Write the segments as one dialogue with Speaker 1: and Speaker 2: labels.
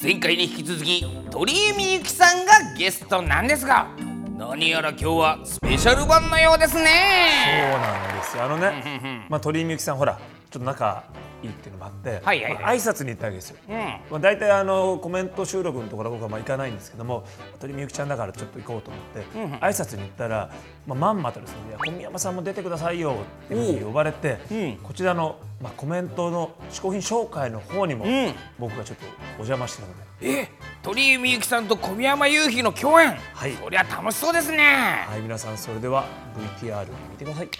Speaker 1: 前回に引き続き鳥居みゆきさんがゲストなんですが何やら今日はスペシャル版のようですね
Speaker 2: そうなんですよあのね、まあ、鳥居みゆきさんほらちょっと仲いいっていうのもあって、
Speaker 1: はいはいはい
Speaker 2: まあ挨拶に行ったわけですよ、
Speaker 1: うん
Speaker 2: まあ、大体あのコメント収録のところ僕はまあ行かないんですけども鳥居みゆきちゃんだからちょっと行こうと思って、挨拶に行ったら、まあ、まんまとですねいや「小宮山さんも出てくださいよ」っていうふうに呼ばれて、
Speaker 1: うん
Speaker 2: こちらの、まあ、コメントの嗜好品紹介の方にも、
Speaker 1: ん
Speaker 2: 僕がちょっとお邪魔してるので
Speaker 1: え鳥居みゆきさんと小宮山雄飛の共演、
Speaker 2: はい
Speaker 1: そりゃ楽しそうですね
Speaker 2: はい皆さんそれでは VTR 見てください。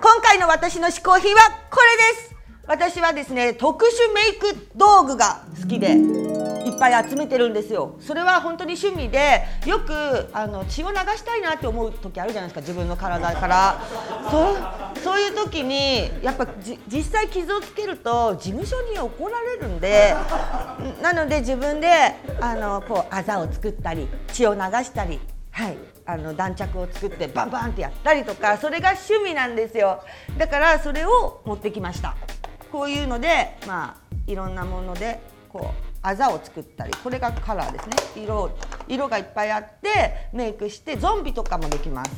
Speaker 3: 今回の私の嗜好品はこれです私はですね特殊メイク道具が好きでいっぱい集めてるんですよそれは本当に趣味でよくあの血を流したいなって思う時あるじゃないですか自分の体からそうそういう時にやっぱじ実際傷をつけると事務所に怒られるんでんなので自分であのこうあざを作ったり血を流したりはい、あの弾着を作ってバンバンってやったりとかそれが趣味なんですよだからそれを持ってきましたこういうのでまあいろんなものでこうあざを作ったりこれがカラーですね色色がいっぱいあってメイクしてゾンビとかもできます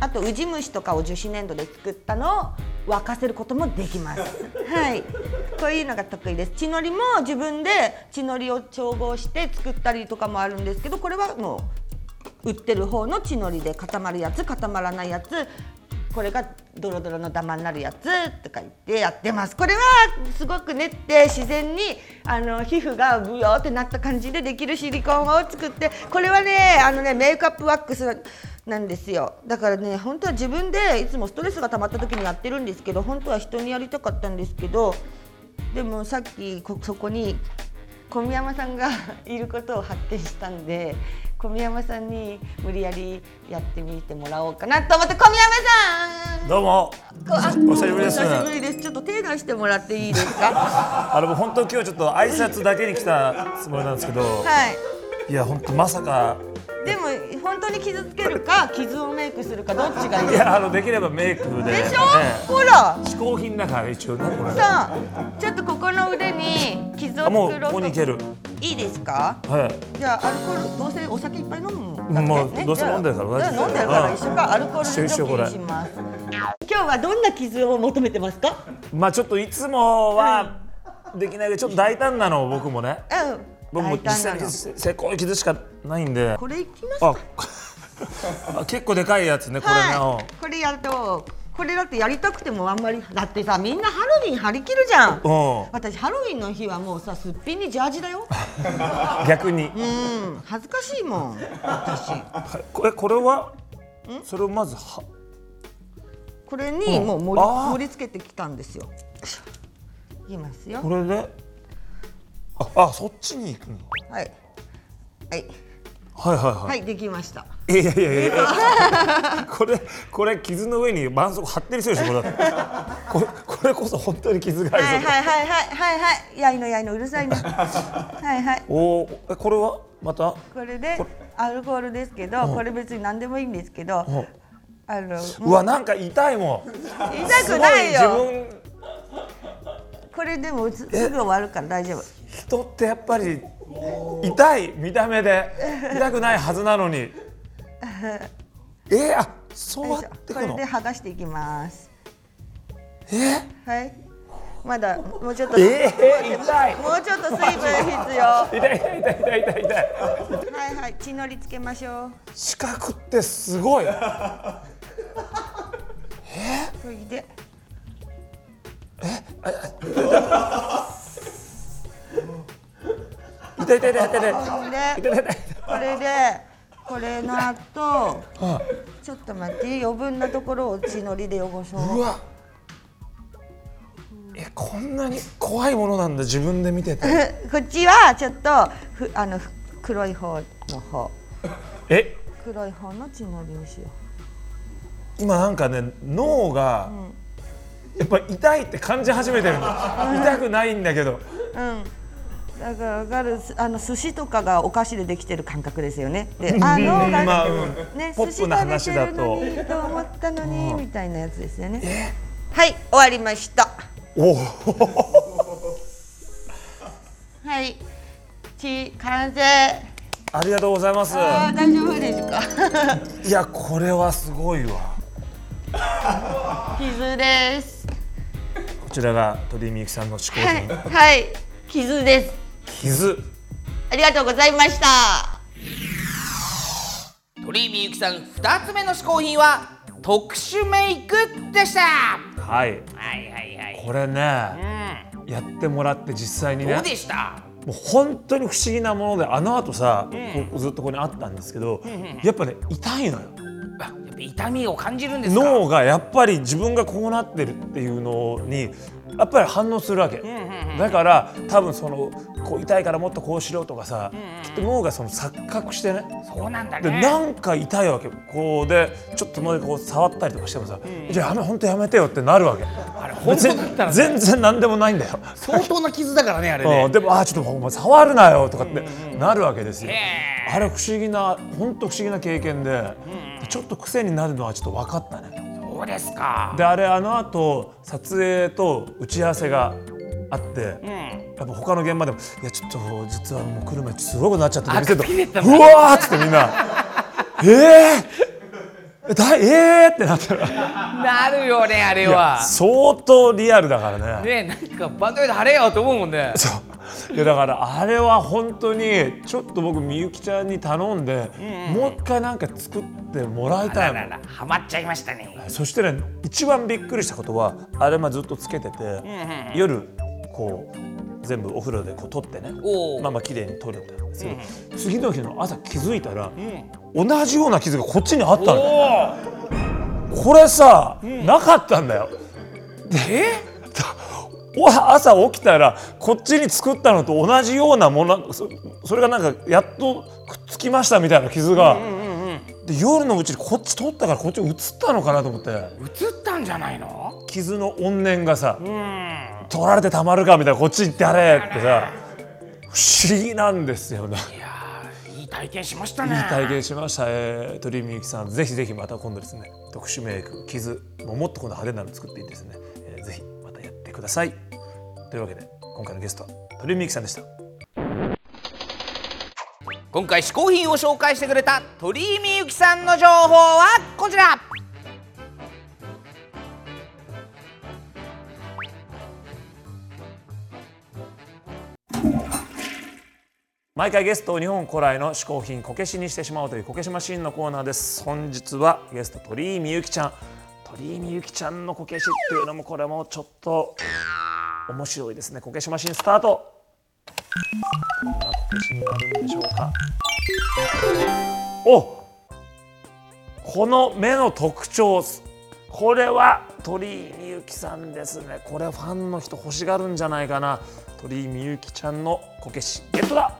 Speaker 3: あとウジ虫とかを樹脂粘土で作ったのを沸かせることもできますはいこういうのが得意です血のりも自分で血のりを調合して作ったりとかもあるんですけどこれはもう売ってる方の血のりで固まるやつ固まらないやつこれがドロドロのダマになるやつとか言ってやってますこれはすごく練って自然にあの皮膚がブヨーってなった感じでできるシリコンを作ってこれはねあのねメイクアップワックスなんですよだからね本当は自分でいつもストレスが溜まった時にやってるんですけど本当は人にやりたかったんですけどでもさっきこそこに小宮山さんが いることを発見したんで小宮山さんに無理やりやってみてもらおうかなと思って小宮山
Speaker 2: どうも
Speaker 3: さんこ
Speaker 2: お久しぶりです
Speaker 3: お久しぶりですちょっと手出してもらっていいですか
Speaker 2: あの本当今日ちょっと挨拶だけに来たつもりなんですけど、
Speaker 3: はい
Speaker 2: い、や本当まさか
Speaker 3: でも本当に傷つけるか傷をメイクするかどっちがいい
Speaker 2: い
Speaker 3: で
Speaker 2: やあのできればメイクで、ね、
Speaker 3: しょ、ほら
Speaker 2: 嗜好品だから一応ねこれ
Speaker 3: さあちょっとここの腕に傷を
Speaker 2: あ
Speaker 3: 作ろ
Speaker 2: も
Speaker 3: う
Speaker 2: うここに行ける
Speaker 3: いいですか
Speaker 2: はい
Speaker 3: じゃあアルコールどうせお酒いっぱい飲むもんだってね
Speaker 2: もうどうせ飲んでるから同じ
Speaker 3: じ
Speaker 2: だよ
Speaker 3: ゃあ飲んでるから
Speaker 2: うん
Speaker 3: 一緒かアルコール除
Speaker 2: 一緒一緒こ
Speaker 3: 菌
Speaker 2: れ
Speaker 3: します今日はどんな傷を求めてますか
Speaker 2: まあちょっといつもはできないけどちょっと大胆なのを僕もね
Speaker 3: うん
Speaker 2: 僕も実
Speaker 3: 大胆な
Speaker 2: 際
Speaker 3: の
Speaker 2: にせせこい傷しかないんで
Speaker 3: これいきます
Speaker 2: あ あ結構でかいやつねこれね、
Speaker 3: はいこれやるとこれだってやりたくてもあんまりだってさみんなハロウィン張り切るじゃん
Speaker 2: うん
Speaker 3: 私ハロウィンの日はもうさすっぴんにジャージだよ
Speaker 2: うん逆に
Speaker 3: うん恥ずかしいもん私
Speaker 2: これこれはそれをまずは
Speaker 3: これにもう盛り
Speaker 2: うんあー
Speaker 3: 盛り付けてきたんですよいきますよ
Speaker 2: これでああそっちに行くの
Speaker 3: はいはい
Speaker 2: はいはいはい、
Speaker 3: はいできました
Speaker 2: いやいやいやいやこれこれ傷の上に絆創膏貼ってる人でしょこれこれこれこそ本当に傷があ
Speaker 3: は
Speaker 2: り
Speaker 3: い
Speaker 2: そう、
Speaker 3: はいはいはいはいはいやいのやいのうるさ いねはいはい
Speaker 2: おおえこれはまた
Speaker 3: これでアルコールですけどこれ別に何でもいいんですけど
Speaker 2: うん
Speaker 3: あの
Speaker 2: うわなんか痛いもん
Speaker 3: 痛
Speaker 2: す
Speaker 3: く
Speaker 2: ご
Speaker 3: ない
Speaker 2: 自
Speaker 3: よ
Speaker 2: 分
Speaker 3: これでもすすぐ終わるから大丈夫
Speaker 2: 人ってやっぱり痛い見た目で痛くないはずなのにえー、あそうや
Speaker 3: よいし
Speaker 2: って
Speaker 3: ょこ
Speaker 2: く
Speaker 3: れ
Speaker 2: の
Speaker 3: で剥がしていきます
Speaker 2: え
Speaker 3: はいまだもうちょっと
Speaker 2: ー、えー、痛い
Speaker 3: もうちょっと水分必要は
Speaker 2: 痛い痛い痛い痛い痛い痛い
Speaker 3: いはい血のりつけましょう
Speaker 2: 視覚ってすごい
Speaker 3: それで
Speaker 2: 痛い痛い痛い痛い痛い痛い
Speaker 3: それで
Speaker 2: 痛い痛い
Speaker 3: これでこれの後ちょっと待って余分なところを血のりで汚そう
Speaker 2: うわえこんなに怖いものなんだ自分で見てて
Speaker 3: ふこっちはちょっとふあのふ黒い方の方
Speaker 2: え
Speaker 3: 黒い方の血のりにしよ
Speaker 2: 今なんかね脳が、やっぱ痛いって感じ始めてるの痛くないんだけど
Speaker 3: ううんだからわかるすあの寿司とかがお菓子でできてる感覚ですよねであの
Speaker 2: うん
Speaker 3: が
Speaker 2: まあうん
Speaker 3: ね
Speaker 2: ポ
Speaker 3: 寿
Speaker 2: ッ
Speaker 3: 司
Speaker 2: プな
Speaker 3: 食
Speaker 2: 話
Speaker 3: べて
Speaker 2: だ
Speaker 3: る
Speaker 2: と
Speaker 3: のにと思ったのにみたいなやつですよねはい終わりました
Speaker 2: おお
Speaker 3: はい。ち、完成。
Speaker 2: ありがとうございます
Speaker 3: あー大丈夫ですか。
Speaker 2: いやこれはすごいわ
Speaker 3: 傷です。
Speaker 2: こちらが鳥居みゆきさんの試行
Speaker 3: はい。
Speaker 2: 品
Speaker 3: はい。傷です。
Speaker 2: 傷
Speaker 3: ありがとうございました。
Speaker 1: 鳥居みゆきさん2つ目の試行品は特殊メイクでしたは
Speaker 2: はい
Speaker 1: いはいはい
Speaker 2: これねやってもらって実際に
Speaker 1: ど
Speaker 2: ね
Speaker 1: うでした
Speaker 2: もう本当に不思議なものであのあとさ、こうずっとここにあったんですけど、やっぱね痛いのよ
Speaker 1: あやっぱ痛みを感じるんですか
Speaker 2: 脳がやっぱり自分がこうなってるっていうのにやっぱり反応するわけ、だから多分そのこう痛いからもっとこうしろとかさ、きっと脳がその錯覚してね
Speaker 1: そうなんだ
Speaker 2: で
Speaker 1: ね
Speaker 2: なんか痛いわけこうでちょっともうこう触ったりとかしてもさ、じゃあやめ本当やめてよってなるわけ
Speaker 1: あれ本当だったらね
Speaker 2: 全然何でもないんだよ
Speaker 1: 相当な傷だからねあれ
Speaker 2: うん
Speaker 1: ね
Speaker 2: でもあーちょっとお前触るなよとかってなるわけですよ。
Speaker 1: へー
Speaker 2: あれ不思議な本当不思議な経験で、ちょっと癖になるのはちょっと分かったね。
Speaker 1: そうですか
Speaker 2: であれあの後撮影と打ち合わせがあって、
Speaker 1: う
Speaker 2: やっ
Speaker 1: ん
Speaker 2: ぱ他の現場でもいやちょっと実はもう車すごくなっちゃって
Speaker 1: あ
Speaker 2: 見せると
Speaker 1: 隠れてた
Speaker 2: う
Speaker 1: の
Speaker 2: わーっつってみん なえー、だえーってなってる
Speaker 1: なるよねあれは
Speaker 2: 相当リアルだからね。
Speaker 1: ねなんかバンドエイド貼れよと思うもんね
Speaker 2: そういやだからあれは本当にちょっと僕みゆきちゃんに頼んで、もう一回なんか作ってもらいた
Speaker 1: あ
Speaker 2: いも
Speaker 1: ら
Speaker 2: ん
Speaker 1: らハマっちゃいましたね
Speaker 2: そしてね一番びっくりしたことはあれまあずっとつけてて、夜こう全部お風呂でこう取ってね
Speaker 1: おー
Speaker 2: まあまあ綺麗に取れたんですけど、次の日の朝気づいたら、同じような傷がこっちにあったのよ
Speaker 1: おお
Speaker 2: これさ、なかったんだよ。
Speaker 1: え
Speaker 2: お朝起きたらこっちに作ったのと同じようなものそそれがなんかやっとくっつきましたみたいな傷が、で夜のうちにこっち取ったからこっち移ったのかなと思って
Speaker 1: 映ったんじゃないの
Speaker 2: 傷の怨念がさ、
Speaker 1: うん
Speaker 2: 取られてたまるかみたいなこっち行ってやれってさ不思議なんですよね。
Speaker 1: いやーいい体験しました
Speaker 2: い
Speaker 1: ね
Speaker 2: い体験しました、えー、鳥居みゆきさんぜひぜひまた今度ですね特殊メイク傷もうもっと今度派手なの作っていいですね、えー、ぜひまたやってくださいというわけで今回のゲストは鳥居みゆきさんでした
Speaker 1: 今回試行品を紹介してくれた鳥居みゆきさんの情報はこちら
Speaker 2: 毎回ゲストを日本古来の嗜好品こけしにしてしまおうというこけしマシーンのコーナーです本日はゲスト鳥居みゆきちゃん鳥居みゆきちゃんのこけしっていうのもこれもちょっと面白いですねこけしマシーンスタートどんなこけしになるんでしょうかおこの目の特徴これは鳥居みゆきさんですねこれファンの人欲しがるんじゃないかな鳥居みゆきちゃんのこけしゲットだ